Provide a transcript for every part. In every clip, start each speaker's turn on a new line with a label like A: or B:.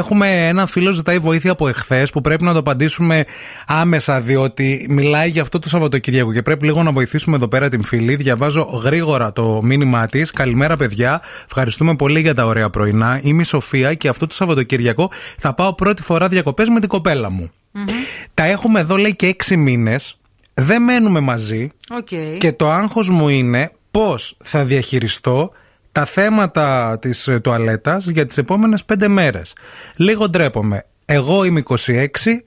A: Έχουμε ένα φίλο ζητάει βοήθεια από εχθές που πρέπει να το απαντήσουμε άμεσα, διότι μιλάει για αυτό το Σαββατοκύριακο και πρέπει λίγο να βοηθήσουμε εδώ πέρα την φίλη. Διαβάζω γρήγορα το μήνυμά της. Καλημέρα, παιδιά. Ευχαριστούμε πολύ για τα ωραία πρωινά. Είμαι η Σοφία και αυτό το Σαββατοκύριακο θα πάω πρώτη φορά διακοπές με την κοπέλα μου. Τα έχουμε εδώ, λέει, και έξι μήνες. Δεν μένουμε μαζί.
B: Οκ.
A: Και το άγχος μου είναι πώς θα διαχειριστώ τα θέματα της ε, τουαλέτας για τις επόμενες πέντε μέρες. Λίγο ντρέπομαι. Εγώ είμαι 26,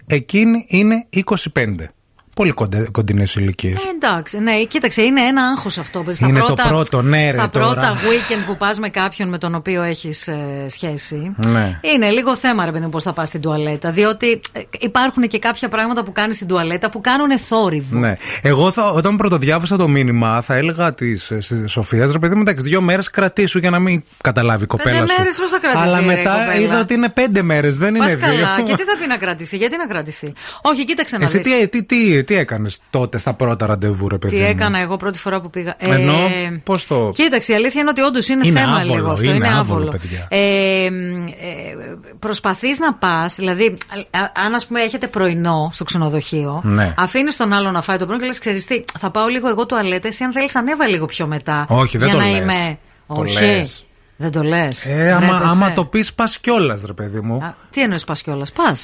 A: εκείνη είναι 25. Πολύ κοντε, κοντινές ηλικίες.
B: Ε, εντάξει, ναι, κοίταξε, είναι ένα άγχος αυτό. Στα
A: Είναι το
B: πρώτα,
A: πρώτο, ναι, ρε,
B: Στα
A: τώρα.
B: πρώτα weekend που πας με κάποιον με τον οποίο έχεις σχέση.
A: Ναι.
B: Είναι λίγο θέμα, ρε παιδί μου, πώς θα πας στην τουαλέτα. Διότι ε, υπάρχουν και κάποια πράγματα που κάνεις στην τουαλέτα που κάνουν θόρυβο.
A: Ναι. Εγώ θα, όταν πρωτοδιάβασα το μήνυμα, θα έλεγα της, ε, στη Σοφία, ρε παιδί μου, εντάξει, δύο μέρες κρατήσου για να μην καταλάβει η κοπέλα σου.
B: μέρες πώς θα κρατηθεί,
A: Αλλά
B: ρε,
A: μετά
B: κοπέλα.
A: είδα ότι είναι πέντε μέρες, δεν
B: Πας
A: Ναι, είναι δύο.
B: καλά. και τι θα πει να κρατηθεί, γιατί να κρατηθεί. Όχι, κοίταξε να
A: Εσύ
B: δεις.
A: τι, τι, τι, τι έκανες τότε στα πρώτα ραντεβού, ρε παιδί.
B: Τι
A: μου?
B: έκανα εγώ πρώτη φορά που πήγα. Ε,
A: Ενώ, πώς το-
B: Κοίταξε, η αλήθεια είναι ότι όντως είναι,
A: Είναι
B: θέμα
A: άβολο,
B: λίγο αυτό.
A: είναι
B: Είναι,
A: άβολο,
B: άβολο.
A: παιδιά.
B: Ε, Προσπαθείς να πας, δηλαδή, α- α- αν ας πούμε έχετε πρωινό στο ξενοδοχείο,
A: Ναι.
B: αφήνεις τον άλλο να φάει το πρωινό και λες: Ξέρεις τι, θα πάω λίγο εγώ τουαλέτα, εσύ αν θέλεις ανέβα λίγο πιο μετά.
A: Όχι, δεν
B: για
A: το
B: να
A: λες.
B: είμαι.
A: Το
B: Όχι.
A: λες.
B: Δεν το λες.
A: Ε, άμα, άμα το πεις, πας κιόλας, ρε παιδί μου.
B: Τι εννοείς πας κιόλας, πας.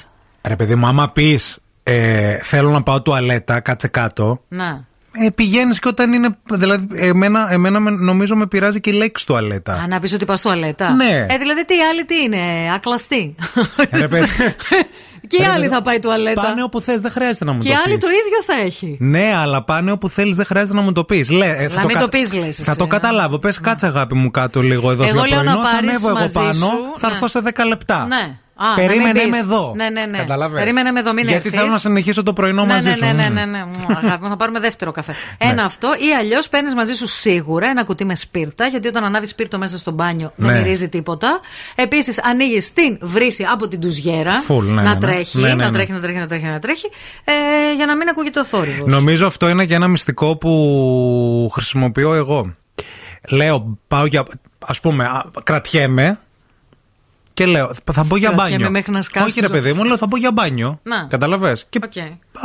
A: Ρε παιδί μου, άμα πει ε, θέλω να πάω τουαλέτα, κάτσε κάτω.
B: Να.
A: Ε, Πηγαίνεις και όταν είναι. Δηλαδή, εμένα, εμένα με- νομίζω με πειράζει και η λέξη τουαλέτα.
B: Α, να πεις ότι πας τουαλέτα.
A: Ναι. Ε,
B: Ε, δηλαδή τι οι άλλοι τι είναι, ακλαστή.
A: Ρε παιδί. Ε,
B: και οι
A: Ρε
B: άλλοι
A: παιδί μου,
B: θα πάει τουαλέτα.
A: Πάνε όπου θες, δεν χρειάζεται να μου
B: και
A: το
B: οι
A: πει.
B: άλλοι το ίδιο θα έχει.
A: Ναι, αλλά πάνε όπου θέλεις, δεν χρειάζεται να μου το πεις.
B: Να μην το πεις, λες
A: Θα
B: εσύ,
A: το
B: ναι.
A: καταλάβω. Πες κάτσε αγάπη μου κάτω λίγο εδώ
B: Εγώ
A: στο
B: λέω να
A: πρωινό. Θα
B: πάρεις
A: ανέβω εγώ
B: μαζί
A: πάνω,
B: σου,
A: θα
B: ναι.
A: έρθω σε 10 λεπτά.
B: Ναι. Α, να μην
A: Περίμενε
B: πεις.
A: με εδώ.
B: Ναι, ναι, ναι.
A: Καταλαβες.
B: Περίμενε με εδώ, μην
A: Γιατί
B: έρθεις.
A: θέλω να Ναι. συνεχίσω το πρωινό
B: ναι,
A: μαζί
B: ναι,
A: σου.
B: ναι, ναι,
A: Μμμ.
B: ναι, ναι. Μου, Αγάπη μου, θα πάρουμε δεύτερο καφέ. Ένα αυτό. Ή αλλιώς παίρνεις μαζί σου σίγουρα ένα κουτί με σπίρτα, γιατί όταν ανάβεις σπίρτο μέσα στο μπάνιο δεν
A: Ναι.
B: μυρίζει τίποτα. Επίσης, ανοίγεις την βρύση από την τουζιέρα.
A: Full, ναι, ναι,
B: να
A: ναι.
B: τρέχει,
A: Ναι, ναι, ναι.
B: να τρέχει, να τρέχει, να τρέχει, να τρέχει. Ε, για να μην ακούγεται ο θόρυβο.
A: Νομίζω αυτό είναι και ένα μυστικό που χρησιμοποιώ εγώ. Λέω, πάω για. ας πούμε, α, κρατιέμαι και λέω, θα μπω για
B: Κρατιέμαι
A: μπάνιο.
B: μέχρι να σκάσω.
A: Όχι, ρε παιδί μου, λέω, θα μπω για μπάνιο.
B: Να.
A: Καταλαβες. Και
B: Οκ.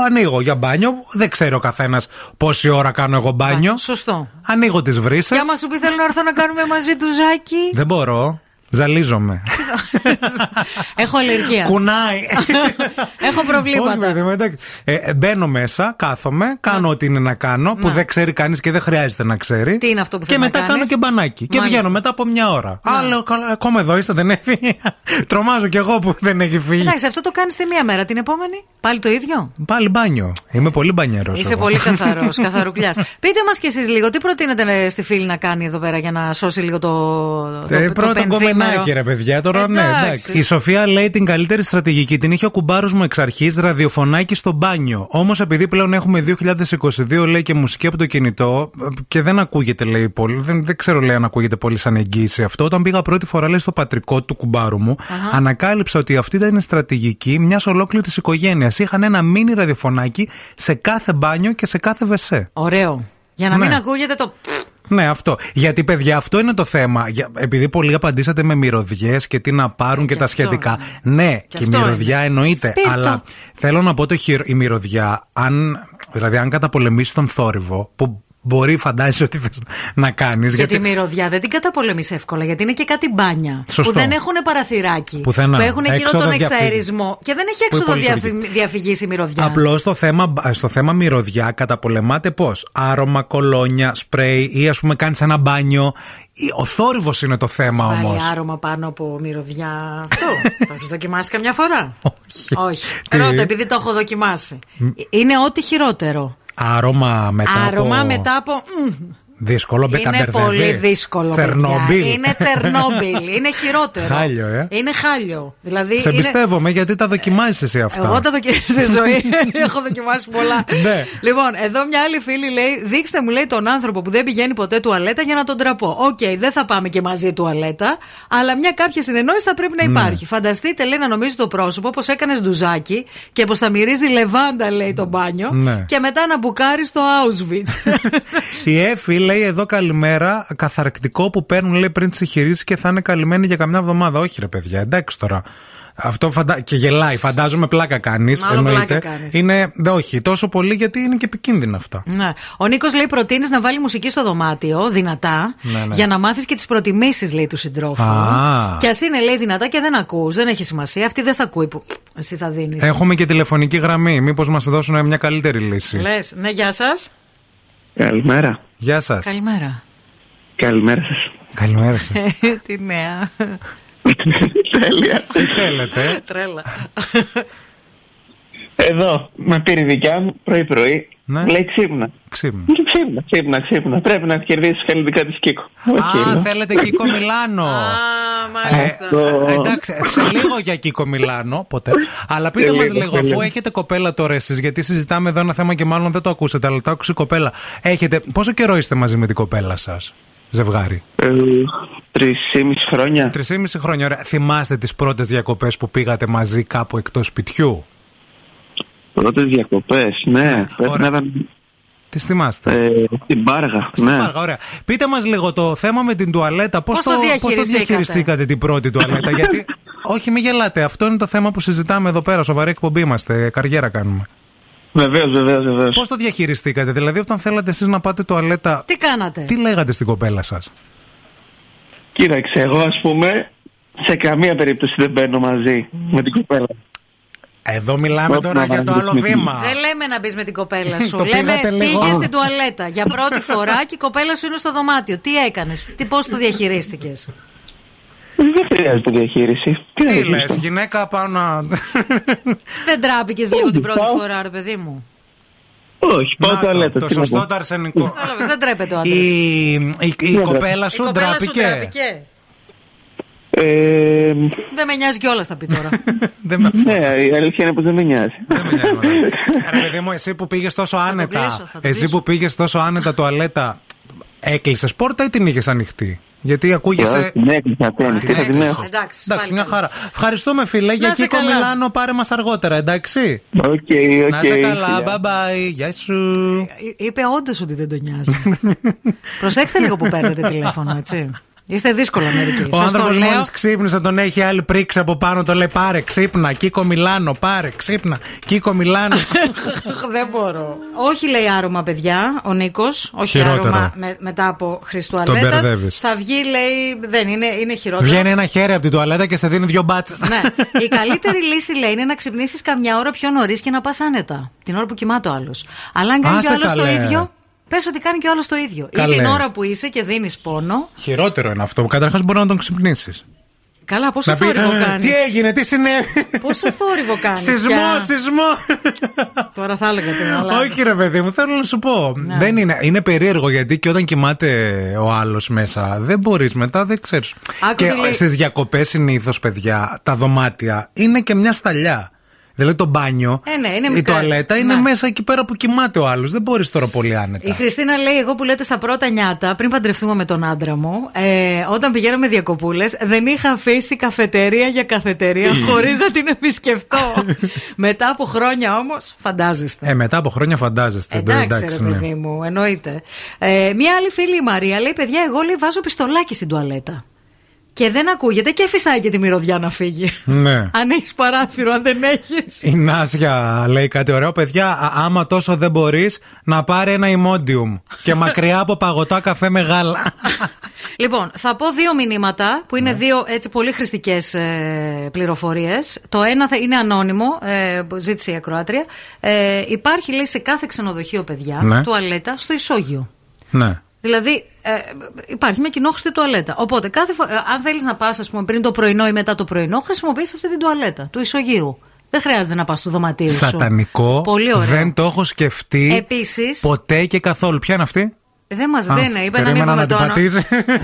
A: ανοίγω για μπάνιο. Δεν ξέρει ο καθένας πόση ώρα κάνω εγώ μπάνιο.
B: Α, σωστό.
A: Ανοίγω τις βρύσες.
B: Και άμα σου πει θέλω να έρθω να κάνουμε μαζί τους Ζάκη.
A: Δεν μπορώ. Ζαλίζομαι.
B: Ε, Έχω αλλεργία.
A: Κουνάει.
B: Έχω προβλήματα.
A: Όχι, παιδί μου, εντάξει. Ε, μπαίνω μέσα, κάθομαι, κάνω ό,τι είναι να κάνω, που
B: Να.
A: δεν ξέρει κανείς και δεν χρειάζεται να ξέρει.
B: Ναι. Τι είναι αυτό που
A: Και
B: θες να
A: μετά κάνω
B: κάνεις?
A: και μπανάκι. Και
B: Μάλιστα. Ναι.
A: βγαίνω μετά από μια ώρα. Α, λέω, καλά, ακόμα εδώ είστε, δεν έφυγε. Τρομάζω κι εγώ που δεν έχει φύγει.
B: Εντάξει, αυτό το κάνεις τη μία μέρα. Την επόμενη, πάλι το ίδιο.
A: Πάλι μπάνιο. Είμαι πολύ μπανιέρος.
B: Είσαι πολύ καθαρός, καθαρουκλιάς. Πείτε μας κι εσείς λίγο, τι προτείνετε ε, στη φίλη να κάνει εδώ πέρα για να σώσει λίγο το. το,
A: Ε,
B: το
A: πρώτο
B: πενθήμερο.
A: κομμενάκι, ρε παιδιά. Τώρα ναι,
B: Εντάξει.
A: εντάξει. Η Σοφία λέει την καλύτερη στρατηγική. Την είχε ο κουμπάρος μου εξ αρχής, ραδιοφωνάκι στο μπάνιο. Όμως επειδή πλέον έχουμε 2022, λέει και μουσική από το κινητό ε, και δεν ακούγεται, λέει πολύ. Δεν, δεν ξέρω, λέει, αν ακούγεται πολύ σαν εγγύηση αυτό. Όταν πήγα πρώτη φορά, λέει, στο πατρικό του κουμπάρου μου, ανακάλυψα ότι αυτή ήταν η στρατηγική μιας ολόκληρης οικογένειας. Είχαν ένα μίνι ραδιοφωνάκι σε κάθε μπάνιο και σε κάθε βεσέ.
B: Ωραίο. Για να
A: Ναι.
B: μην ακούγεται το.
A: Ναι, αυτό. Γιατί, παιδιά, αυτό είναι το θέμα. Για- Επειδή πολλοί απαντήσατε με μυρωδιές και τι να πάρουν και,
B: και
A: τα
B: αυτό
A: σχετικά.
B: είναι.
A: Ναι,
B: Και
A: και η
B: αυτό
A: μυρωδιά
B: είναι.
A: εννοείται.
B: Σπίρτο.
A: Αλλά θέλω να πω το χειρο... η μυρωδιά, αν, δηλαδή, αν καταπολεμήσει τον θόρυβο, που μπορεί φαντάζεσαι ότι θες να κάνεις.
B: Και τη μυρωδιά δεν την καταπολεμείς εύκολα γιατί είναι και κάτι μπάνια.
A: Σωστό.
B: Που δεν έχουν παραθυράκι.
A: Πουθενά.
B: Που έχουν εκείνο
A: Έξοδο
B: τον
A: διαφύγη.
B: εξαερισμό. Και δεν έχει
A: Που
B: έξοδο
A: είναι πολύ
B: διαφυ... διαφυγής η μυρωδιά.
A: Απλώς στο θέμα, στο θέμα μυρωδιά καταπολεμάται πώς. Άρωμα, κολόνια, σπρέι ή ας πούμε κάνεις ένα μπάνιο. Ή- Ο θόρυβος είναι το θέμα
B: Βάλει
A: όμως.
B: άρωμα πάνω από μυρωδιά. Αυτό. το έχεις δοκιμάσει καμιά φορά.
A: Όχι.
B: Όχι.
A: Τι?
B: Ρώτα, επειδή το έχω δοκιμάσει. Ε, Είναι ό,τι χειρότερο.
A: Άρωμα μετά.
B: Άρωμα
A: από...
B: μετά από. μμμ.
A: Δύσκολο, μπε
B: Είναι
A: κατερδεύει.
B: πολύ δύσκολο. παιδιά.
A: Τσερνομπίλ.
B: Είναι Τσερνόμπιλ. Είναι χειρότερο.
A: Χάλιο, ε.
B: Είναι χάλιο. Δηλαδή,
A: Σε
B: είναι-
A: εμπιστεύομαι γιατί τα δοκιμάζεις εσύ αυτά.
B: Εγώ τα δοκιμάζω στη ζωή. Έχω δοκιμάσει πολλά.
A: Ναι.
B: Λοιπόν, εδώ μια άλλη φίλη λέει: Δείξτε μου, λέει, τον άνθρωπο που δεν πηγαίνει ποτέ τουαλέτα για να τον τραπώ. Οκ, δεν θα πάμε και μαζί τουαλέτα, αλλά μια κάποια συνεννόηση θα πρέπει να
A: Ναι.
B: υπάρχει. Φανταστείτε, λέει, να νομίζει το πρόσωπο πως έκανες ντουζάκι και πως θα μυρίζει λεβάντα, λέει, το μπάνιο.
A: Ναι.
B: Και μετά να μπουκάρεις στο Auschwitz.
A: Η Εφη λέει εδώ καλημέρα. Καθαρκτικό που παίρνουν λέει πριν τις εγχειρήσεις και θα είναι καλυμμένοι για καμιά εβδομάδα. Όχι, ρε παιδιά, εντάξει τώρα. Αυτό φαντα... και γελάει, φαντάζομαι πλάκα κάνεις.
B: Εννοείται. Κάνεις.
A: Είναι. Δε, όχι, τόσο πολύ γιατί είναι και επικίνδυνα αυτά.
B: Ναι. Ο Νίκος λέει: Προτείνεις να βάλει μουσική στο δωμάτιο, δυνατά,
A: Ναι, ναι.
B: για να μάθεις και τις προτιμήσεις, λέει, του συντρόφου.
A: Α.
B: Και ας είναι, λέει, δυνατά και δεν ακούς, δεν έχει σημασία. Αυτή δεν θα ακούει που εσύ θα δίνεις.
A: Έχουμε και τηλεφωνική γραμμή. Μήπως μας δώσουν μια καλύτερη λύση.
B: Λες, ναι, γεια σας.
C: Καλημέρα.
A: Γεια σας.
B: Καλημέρα.
C: Καλημέρα σας.
A: Καλημέρα σας.
B: Ε, Τι νέα.
C: Τέλεια.
A: Τι θέλετε. ε?
B: Τρέλα.
C: Εδώ με πήρε η δικιά μου πρωί-πρωί.
A: Ναι.
C: Λέει ξύπνα.
A: Ξύπνα.
C: Μου λέει, Ξύπνα, ξύπνα, ξύπνα. Πρέπει να κερδίσεις καλλιτικά τη Κίκο. Οκ, ναι.
A: Α,
C: λέω.
A: θέλετε Κίκο Μιλάνο.
B: Α, μάλιστα.
C: Το-
A: Ε, εντάξει, σε λίγο για Κίκο Μιλάνο, ποτέ. Αλλά πείτε
C: Σε
A: μα
C: λίγο,
A: λίγο,
C: σε
A: αφού
C: λίγο.
A: έχετε κοπέλα τώρα εσείς, γιατί συζητάμε εδώ ένα θέμα και μάλλον δεν το ακούσατε, αλλά το άκουσε η κοπέλα. Έχετε. Πόσο καιρό είστε μαζί με την κοπέλα σας, ζευγάρι.
C: Ε, Τρεις ή μισή χρόνια.
A: Τρεις ή μισή χρόνια. Ωραία. Θυμάστε τις πρώτες διακοπές που πήγατε μαζί κάπου εκτός σπιτιού.
C: Πρώτες διακοπές, ναι. Πρέπει να
A: ωραία.
C: ήταν
A: Τις θυμάστε.
C: ε, στην Πάργα.
A: Στην
C: ναι.
A: Πάργα, ωραία. Πείτε μας λίγο το θέμα με την τουαλέτα. Πώς
B: Πώς το διαχειριστήκατε?
A: διαχειριστήκατε την πρώτη τουαλέτα, Γιατί. Όχι, μην γελάτε. Αυτό είναι το θέμα που συζητάμε εδώ πέρα. Σοβαρή εκπομπή είμαστε. Καριέρα κάνουμε.
C: Βεβαίως, βεβαίως, βεβαίως.
A: Πώς το διαχειριστήκατε, Δηλαδή, όταν θέλατε εσείς να πάτε τουαλέτα,
B: Τι κάνατε.
A: τι λέγατε στην κοπέλα σας.
C: Κοίταξε, εγώ ας πούμε σε καμία περίπτωση δεν μπαίνω μαζί
A: Mm.
C: με την κοπέλα.
A: Ε, Εδώ μιλάμε
C: Πώς
A: τώρα
C: να
A: για το άλλο
C: βαρύνεις.
A: βήμα.
B: Δεν λέμε να μπεις με την κοπέλα σου.
A: Ε, Το
B: λέμε
A: πήγατε λίγο.
B: πήγες στην τουαλέτα για πρώτη φορά και η κοπέλα σου είναι στο δωμάτιο. Τι έκανες, τι πώς το διαχειρίστηκες.
C: Δεν χρειάζεται διαχείριση. να
A: Τι λε,
C: διαχειριστώ.
A: γυναίκα πάω να.
B: Δεν τράπηκε λίγο την πρώτη
C: πάω.
B: φορά, ρε παιδί μου.
C: Όχι, πάω
A: Να το,
C: τουαλέτα.
A: το
C: τι να
A: σωστό
C: πω.
A: το αρσενικό.
B: Κατάλαβες, Δεν τρέπεται ο άντρας.
A: Η, η, η κοπέλα
B: Η
C: Ναι,
A: σου
B: κοπέλα σου
A: ντράπηκε.
B: τράπηκε.
C: Ε,
B: Δεν με νοιάζει κιόλας τα πει τώρα.
A: Δεν με
C: ναι, η αλήθεια είναι πω δεν με νοιάζει.
A: Δεν με νοιάζει, μωρέ. Ρε παιδί μου, εσύ που πήγες τόσο άνετα.
B: κλείσω, θα το
A: εσύ
B: κλείσω.
A: που πήγες τόσο άνετα τουαλέτα, έκλεισες πόρτα ή την είχες ανοιχτή. Γιατί ακούγεσαι.
C: Την έκλεισα,
A: Α,
C: την
A: την
C: έκλεισα, την
A: έκλεισες.
C: έχω.
B: Εντάξει,
A: Εντάξει,
B: πάλι
A: μια
B: καλά.
A: χαρά. Ευχαριστούμε, φίλε. Για
B: Να σε
A: Κίκο
B: καλά.
A: Μιλάνο, πάρε μας αργότερα, εντάξει.
C: Οκ, οκ.
A: Να σε καλά.
C: φιλιά.
A: Bye bye. Γεια σου.
B: Εί- Ε, Είπε όντως ότι δεν τον νοιάζει. Προσέξτε λίγο που παίρνετε τηλέφωνο, έτσι. Είστε δύσκολα μερικοί.
A: Ο
B: Ε, Σας το
A: άνθρωπος
B: λέω.
A: μόλις ξύπνησε, τον έχει άλλη πρίξη από πάνω. Το λέει πάρε ξύπνα, Κίκο Μιλάνο, πάρε ξύπνα, Κίκο Μιλάνο.
B: Δεν μπορώ. Όχι λέει άρωμα, παιδιά, ο Νίκος. Όχι
A: Χειρότερο.
B: άρωμα με- μετά από
A: Τον
B: Χριστουαλέτα.
A: μπερδεύεις.
B: Θα βγει, λέει. Δεν είναι, είναι χειρότερο.
A: Βγαίνει ένα χέρι από την τουαλέτα και σε δίνει δύο μπάτσες.
B: Ναι. Η καλύτερη λύση λέει είναι να ξυπνήσεις καμιά ώρα πιο νωρίς και να πας άνετα. Την ώρα που κοιμάται ο άλλος. Αλλά αν κάνει
A: Άσε
B: και ο άλλος το
A: καλέ.
B: ίδιο, πες ότι κάνει και ο άλλος το ίδιο.
A: Καλέ.
B: Ή την ώρα που είσαι και δίνεις πόνο.
A: Χειρότερο είναι αυτό. Καταρχάς μπορεί να τον ξυπνήσεις.
B: Καλά, πόσο θόρυβο
A: «Ε,
B: κάνεις.
A: Τι έγινε, τι συνέβη.
B: Πόσο θόρυβο κάνεις.
A: Σεισμό, σεισμό.
B: Τώρα θα έλεγα την Ελλάδα. Ναι.
A: Όχι, ρε παιδί μου, θέλω να σου πω. Δεν είναι, είναι περίεργο γιατί και όταν κοιμάται ο άλλος μέσα, δεν μπορείς μετά, δεν ξέρεις.
B: Άκου
A: Και
B: τι λέει.
A: στις διακοπές συνήθως, παιδιά, τα δωμάτια είναι και μια σταλιά. Δηλαδή το μπάνιο,
B: Ε, ναι, είναι
A: η
B: μικρά.
A: τουαλέτα είναι
B: Ναι.
A: μέσα εκεί πέρα που κοιμάται ο άλλος. Δεν μπορείς τώρα πολύ άνετα.
B: Η Χριστίνα λέει: Εγώ που λέτε στα πρώτα νιάτα, πριν παντρευτούμε με τον άντρα μου, ε, όταν πηγαίναμε διακοπούλες, δεν είχα αφήσει καφετέρια για καφετέρια χωρίς να την επισκεφτώ. Μετά από χρόνια όμως, φαντάζεστε.
A: Ε, μετά από χρόνια φαντάζεστε.
B: Εντάξει, ρε
A: ναι.
B: παιδί μου, εννοείται. Ε, μία άλλη φίλη η Μαρία λέει: Παιδιά, εγώ λέει βάζω πιστολάκι στην τουαλέτα. Και δεν ακούγεται και φυσάει και τη μυρωδιά να φύγει.
A: Ναι.
B: αν έχεις παράθυρο, αν δεν έχεις.
A: Η Νάσια λέει κάτι ωραίο. Παιδιά, α- άμα τόσο δεν μπορείς, να πάρει ένα ημόντιουμ. Και μακριά από παγωτά καφέ μεγάλα.
B: Λοιπόν, θα πω δύο μηνύματα που
A: Ναι.
B: είναι δύο έτσι πολύ χρηστικές ε, πληροφορίες. Το ένα θα είναι ανώνυμο, ε, που ζήτησε η ακροάτρια. Ε, υπάρχει, λέει, σε κάθε ξενοδοχείο, παιδιά,
A: Ναι.
B: τουαλέτα στο ισόγειο.
A: ναι.
B: Δηλαδή, ε, υπάρχει μια κοινόχρηστη τουαλέτα. Οπότε, κάθε φο- ε, αν θέλεις να πας, ας πούμε, πριν το πρωινό ή μετά το πρωινό, χρησιμοποιείς αυτή την τουαλέτα του ισογείου. Δεν χρειάζεται να πας στο δωματίου σου.
A: Σατανικό.
B: Πολύ ωραίο.
A: Δεν το έχω σκεφτεί
B: Επίσης-
A: ποτέ και καθόλου. Ποια είναι αυτή?
B: Δεν μας
A: Α,
B: δένε, είπε να μην
A: περίμενα
B: πούμε
A: να την
B: το όνομα.
A: πατήσει.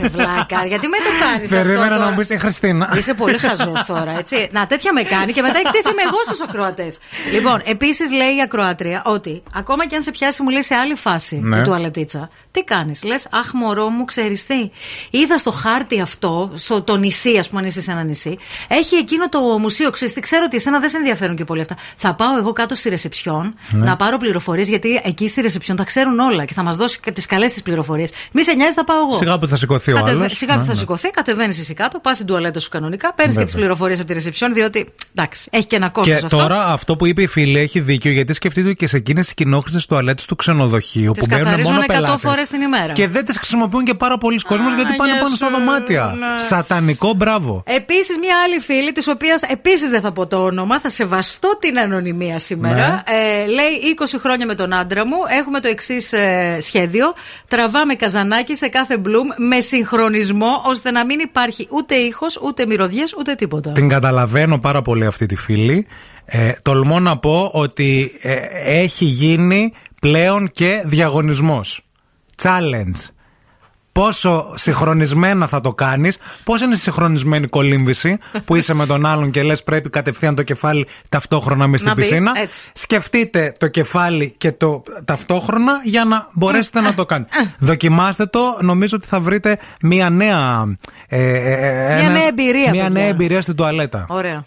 B: Ρε Βλάκα, γιατί με το κάνεις αυτό.
A: Περίμενα να
B: τώρα?
A: μου πει η Χριστίνα.
B: Είσαι πολύ χαζός τώρα, έτσι. Να, τέτοια με κάνει και μετά εκτίθεμαι εγώ στους ακροατές. Λοιπόν, επίσης λέει η ακροάτρια ότι ακόμα και αν σε πιάσει, μου λέει σε άλλη φάση
A: Ναι.
B: η τουαλετίτσα, τι κάνεις, λες, Αχ, μωρό μου, ξέρεις τι. Είδα στο χάρτη αυτό, στο το νησί, ας πούμε, αν είσαι σε ένα νησί, έχει εκείνο το μουσείο, ξέρεις τι, ξέρω ότι εσένα δεν σε ενδιαφέρουν και πολύ αυτά. Θα πάω
A: Ναι.
B: εγώ κάτω στη ρεσεψιόν να πάρω πληροφορίες, γιατί εκεί στη ρεσεψιόν τα ξέρουν όλα και θα μας δώσει τις καλές τις πληροφορίες. Μη σε νοιάζει, θα πάω εγώ.
A: Σιγά που θα σηκωθεί ο Ναι,
B: Κατεβα-
A: άλλος.
B: Σιγά που θα σηκωθεί, κατεβαίνεις εσύ κάτω, πας στην τουαλέτα σου κανονικά, παίρνεις και
A: Βέβαια.
B: τι πληροφορίες από τη ρεσεψιόν, διότι εντάξει, έχει και ένα κόστος
A: Και
B: αυτό.
A: τώρα αυτό που είπε η φίλη έχει δίκιο, γιατί σκεφτείτε ότι και σε εκείνες τις κοινόχρηστες τουαλέτες του ξενοδοχείου
B: Τις
A: που μπαίνουν
B: καθαρίζουν
A: μόνο
B: 100
A: πελάτες.
B: φορές την ημέρα.
A: Και δεν τις χρησιμοποιούν και πάρα πολλοί κόσμος γιατί πάνε
B: γεια
A: πάνω στα
B: σου,
A: δωμάτια.
B: ναι.
A: Σατανικό μπράβο.
B: Επίσης, μια άλλη φίλη, της οποίας επίσης δεν θα πω το όνομα, θα σεβαστώ την ανωνυμία
A: Ναι.
B: σήμερα. Ε, λέει 20 χρόνια με τον άντρα μου. Έχουμε το εξής σχέδιο. Τραβάμε καζανάκι σε κάθε μπλουμ με συγχρονισμό, ώστε να μην υπάρχει ούτε ήχος, ούτε μυρωδιές, ούτε τίποτα.
A: Την καταλαβαίνω πάρα πολύ αυτή τη φίλη. Ε, τολμώ να πω ότι ε, έχει γίνει πλέον και διαγωνισμός. Challenge. Πόσο συγχρονισμένα θα το κάνεις, πώς είναι η συγχρονισμένη κολύμβηση που είσαι με τον άλλον και λες πρέπει κατευθείαν το κεφάλι ταυτόχρονα μες στην
B: Να μπει,
A: πισίνα.
B: έτσι.
A: Σκεφτείτε το κεφάλι και το ταυτόχρονα για να μπορέσετε να το κάνετε.
B: Ε.
A: Δοκιμάστε το, νομίζω ότι θα βρείτε μία νέα. ε, ε, ε,
B: Μια νέα εμπειρία,
A: Μία νέα
B: παιδιά.
A: εμπειρία στην τουαλέτα.
B: Ωραία.